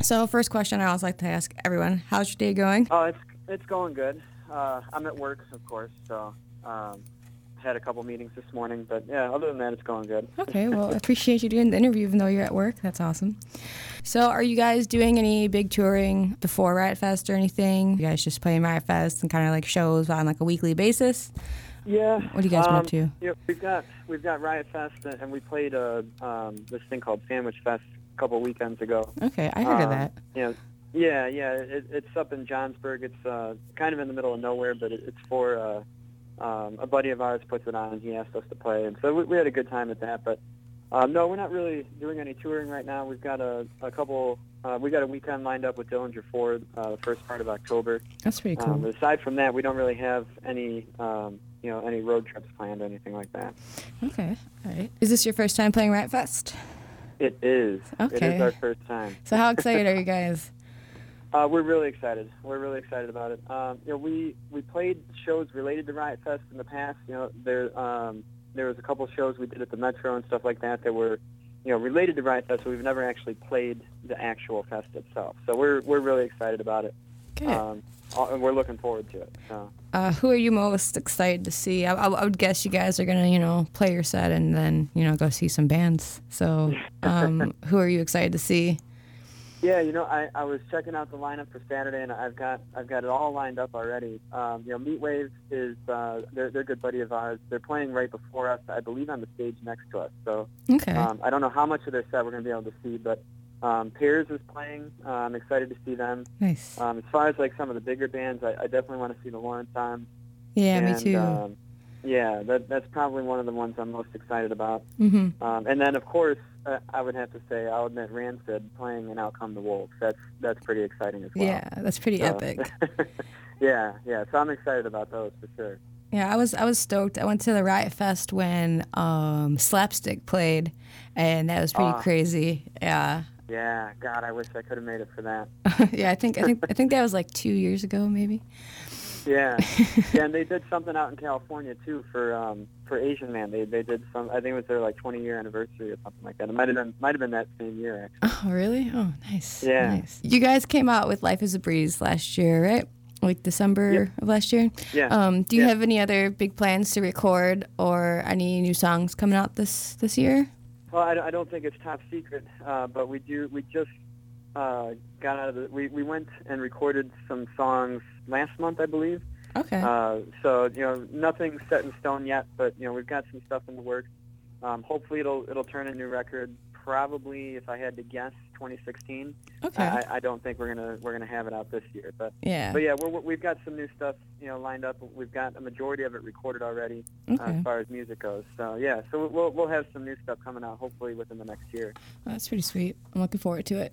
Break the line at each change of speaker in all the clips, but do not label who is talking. So first question I always like to ask everyone: How's your day going?
Oh, it's it's going good. Uh, I'm at work, of course, so um, had a couple meetings this morning, but yeah, other than that, it's going good.
Okay, well, I appreciate you doing the interview, even though you're at work. That's awesome. So, are you guys doing any big touring before Riot Fest or anything? You guys just playing Riot Fest and kind of like shows on like a weekly basis?
Yeah.
What do you guys been
um,
up to?
Yeah, we've got we've got Riot Fest, and and we played uh, um, this thing called Sandwich Fest a couple weekends ago.
Okay, I heard of
Um,
that.
Yeah, yeah, yeah. It, it's up in Johnsburg. It's uh, kind of in the middle of nowhere, but it, it's for uh, um, a buddy of ours puts it on, and he asked us to play, and so we, we had a good time at that. But um, no, we're not really doing any touring right now. We've got a, a couple. Uh, we got a weekend lined up with Dillinger Ford uh, the first part of October.
That's pretty cool.
Um, but aside from that, we don't really have any, um, you know, any road trips planned or anything like that.
okay, all right. Is this your first time playing Riot Fest?
It is. It
Okay.
is our first time.
So, how excited are you guys?
Uh, we're really excited. We're really excited about it. Um, you know, we we played shows related to Riot Fest in the past. You know, there um, there was a couple shows we did at the Metro and stuff like that that were, you know, related to Riot Fest. But we've never actually played the actual fest itself. So we're we're really excited about it.
Good.
Um, uh, and we're looking forward to it. So.
Uh, who are you most excited to see? I, I, I would guess you guys are gonna, you know, play your set and then, you know, go see some bands. So, um, who are you excited to see?
Yeah, you know, I, I was checking out the lineup for Saturday, and I've got I've got it all lined up already. Um, you know, Meatwave is uh, they're they're a good buddy of ours. They're playing right before us, I believe, on the stage next to us. So
Okay.
um, I don't know how much of their set we're going to be able to see, but um, Piers is playing. Uh, I'm excited to see them.
nice.
Um, as far as like some of the bigger bands, I, I definitely want to see the Lawrence Arms.
Yeah,
and,
me too.
Um, yeah, that that's probably one of the ones I'm most excited about.
mm-hmm.
Um, and then, of course, uh, I would have to say I'll admit Rancid playing in Out Come the Wolves. That's that's pretty exciting as well.
Yeah, that's pretty
So-
epic.
yeah, yeah. So I'm excited about those for sure.
Yeah, I was I was stoked. I went to the Riot Fest when um, Slapstick played, and that was pretty
Ah.
crazy. Yeah,
Yeah, God, I wish I could have made it for that.
yeah. I think I think I think that was like two years ago, maybe.
Yeah, yeah. And they did something out in California too for um, for Asian Man. They they did some. I think it was their like 20 year anniversary or something like that. It might have been might have been that same year actually.
Oh, really? Oh, nice.
Yeah.
Nice. You guys came out with Life is a Breeze last year, right? Like December of last year.
Yeah.
Um, do you
Yeah.
have any other big plans to record or any new songs coming out this this year?
Well, I, don't- I don't think it's top secret, uh, but we do. We just uh, got out of the. We, we went and recorded some songs last month, I believe.
Okay.
Uh, so you know, nothing's set in stone yet, but you know, we've got some stuff in the works. Um, hopefully, it'll it'll turn a new record. Probably, if I had to guess, 2016.
okay.
I, I- I don't think we're gonna we're gonna have it out this year, but
yeah.
but yeah, we're, we're- we've got some new stuff you know lined up. We've got a majority of it recorded already uh,
Okay.
as far as music goes. So yeah, so we'll we'll have some new stuff coming out hopefully within the next year.
Well, that's pretty sweet. I'm looking forward to it.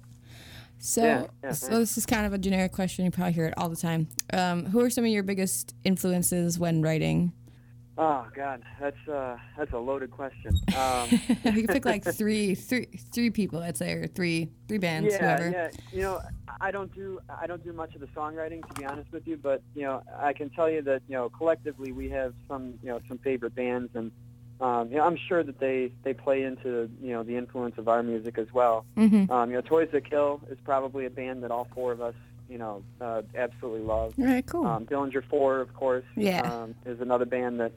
So,
Yeah, yeah,
so
thanks.
this is kind of a generic question. You probably hear it all the time. Um, who are some of your biggest influences when writing?
Oh God, that's uh, that's a loaded question. Um,
you can pick like three, three, three people. I'd say, or three, three bands,
yeah,
whoever.
yeah. You know, I don't do I don't do much of the songwriting to be honest with you, but you know, I can tell you that you know collectively we have some you know some favorite bands, and um, you know, I'm sure that they they play into you know the influence of our music as well.
Mm-hmm.
Um, you know, Toys That Kill is probably a band that all four of us, you know, uh, absolutely love.
All right, cool.
Um, Dillinger Four, of course,
Yeah.
um, is another band that,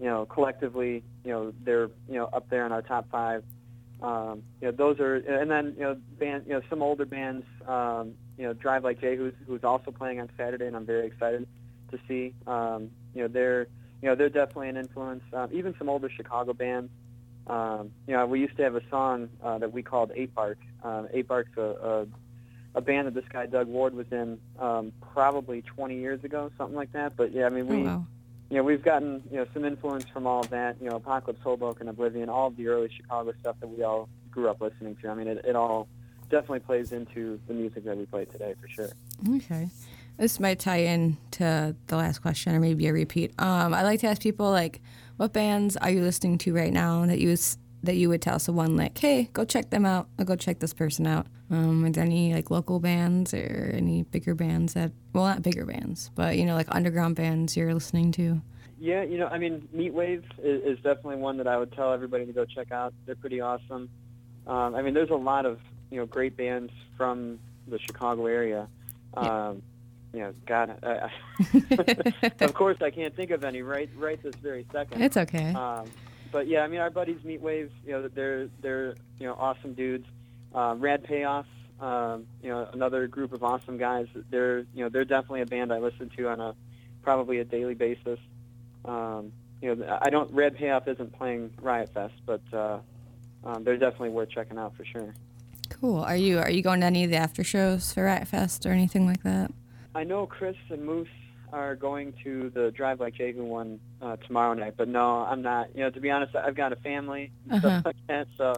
you know, collectively, you know, they're you know up there in our top five. Um, you know, those are, and then you know, band, you know, some older bands, um, you know, Drive Like Jay, who's who's also playing on Saturday, and I'm very excited to see. Um, you know, they're you know they're definitely an influence. Um, even some older Chicago bands. Um, you know, we used to have a song uh, that we called Eight Bark. Um, Eight Bark's a, a a band that this guy Doug Ward was in um, probably 20 years ago, something like that. But yeah, I mean, we
oh wow.
you know we've gotten you know some influence from all of that. You know, Apocalypse, Hoboken, Oblivion, all of the early Chicago stuff that we all grew up listening to. I mean, it, it all definitely plays into the music that we play today for sure.
Okay. This might tie in to the last question or maybe a repeat. Um, I like to ask people like what bands are you listening to right now that you s- that you would tell someone like, "Hey, go check them out. Or go check this person out." Um, is there any like local bands or any bigger bands that well, not bigger bands, but you know like underground bands you're listening to?
Yeah, you know, I mean, Meatwave is, is definitely one that I would tell everybody to go check out. They're pretty awesome. Um, I mean, there's a lot of you know great bands from the Chicago area. Um, You know, God, I, I of course I can't think of any right right this very second.
It's okay.
Um, but yeah, I mean, our buddies Meat Wave, you know, they're they're you know awesome dudes. Um, Rad Payoff, um, you know, another group of awesome guys. They're you know they're definitely a band I listen to on a probably a daily basis. Um, you know, I don't Rad Payoff isn't playing Riot Fest, but uh, um, they're definitely worth checking out for sure.
Cool. Are you are you going to any of the after shows for Riot Fest or anything like that?
I know Chris and Moose are going to the Drive Like Jehu one uh, tomorrow night, but no, I'm not. You know, to be honest, I've got a family and stuff like that, so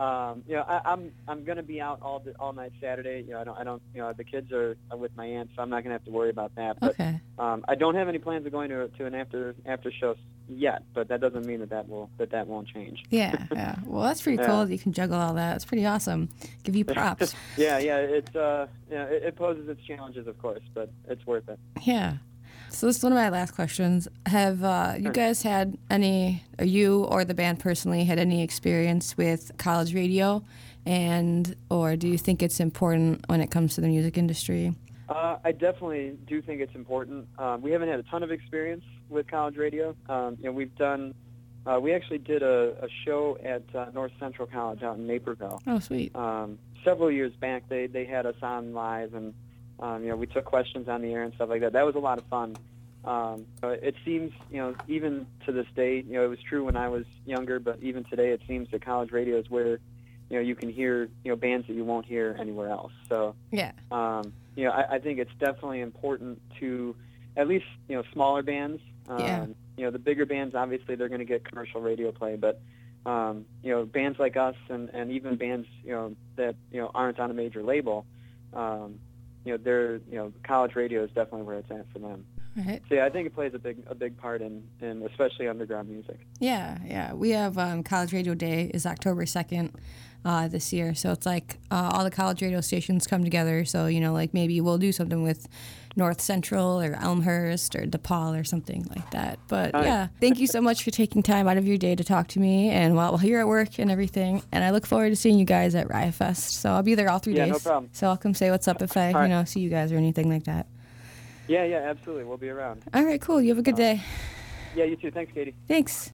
um, you know, I, I'm I'm gonna be out all the, all night Saturday. You know, I don't I don't you know the kids are with my aunt, so I'm not gonna have to worry about that. But
Okay.
um, I don't have any plans of going to to an after after show yet, but that doesn't mean that that will that that won't change.
Yeah, yeah. Well, that's pretty
Yeah.
cool. that You can juggle all that. It's pretty awesome. Give you props.
Yeah, yeah, it's uh, yeah, it, it poses its challenges, of course, but it's worth it.
yeah. So this is one of my last questions. Have uh, you guys had any, or you or the band personally, had any experience with college radio, and or do you think it's important when it comes to the music industry?
Uh, I definitely do think it's important. Um, we haven't had a ton of experience with college radio. Um, you know, we've done, uh, we actually did a, a show at uh, North Central College out in Naperville
Oh, sweet.
um, several years back. They they had us on live, and um, you know we took questions on the air and stuff like that. That was a lot of fun. Um, so it seems you know even to this day, you know it was true when I was younger, but even today it seems that college radio is where you know you can hear you know bands that you won't hear anywhere else. So
Yeah.
um, you know, I, I think it's definitely important to at least you know smaller bands. Um,
Yeah.
You know, the bigger bands obviously they're going to get commercial radio play, but um, you know, bands like us and, and even bands you know that you know aren't on a major label, um, you know, they're you know college radio is definitely where it's at for them.
All right.
So yeah, I think it plays a big a big part in in especially underground music.
Yeah, yeah. We have um, College Radio Day is October second uh, this year, so it's like uh, all the college radio stations come together. So you know, like maybe we'll do something with North Central or Elmhurst or DePaul or something like that. But yeah, thank you so much for taking time out of your day to talk to me and while, while you're at work and everything. And I look forward to seeing you guys at Riot Fest. So I'll be there all three
Yeah,
days.
no problem.
So I'll come say what's up if I you
right.
know see you guys or anything like that.
Yeah, yeah, absolutely. We'll be around.
All right, cool. You have a good day.
Yeah, you too. Thanks, Katie.
Thanks.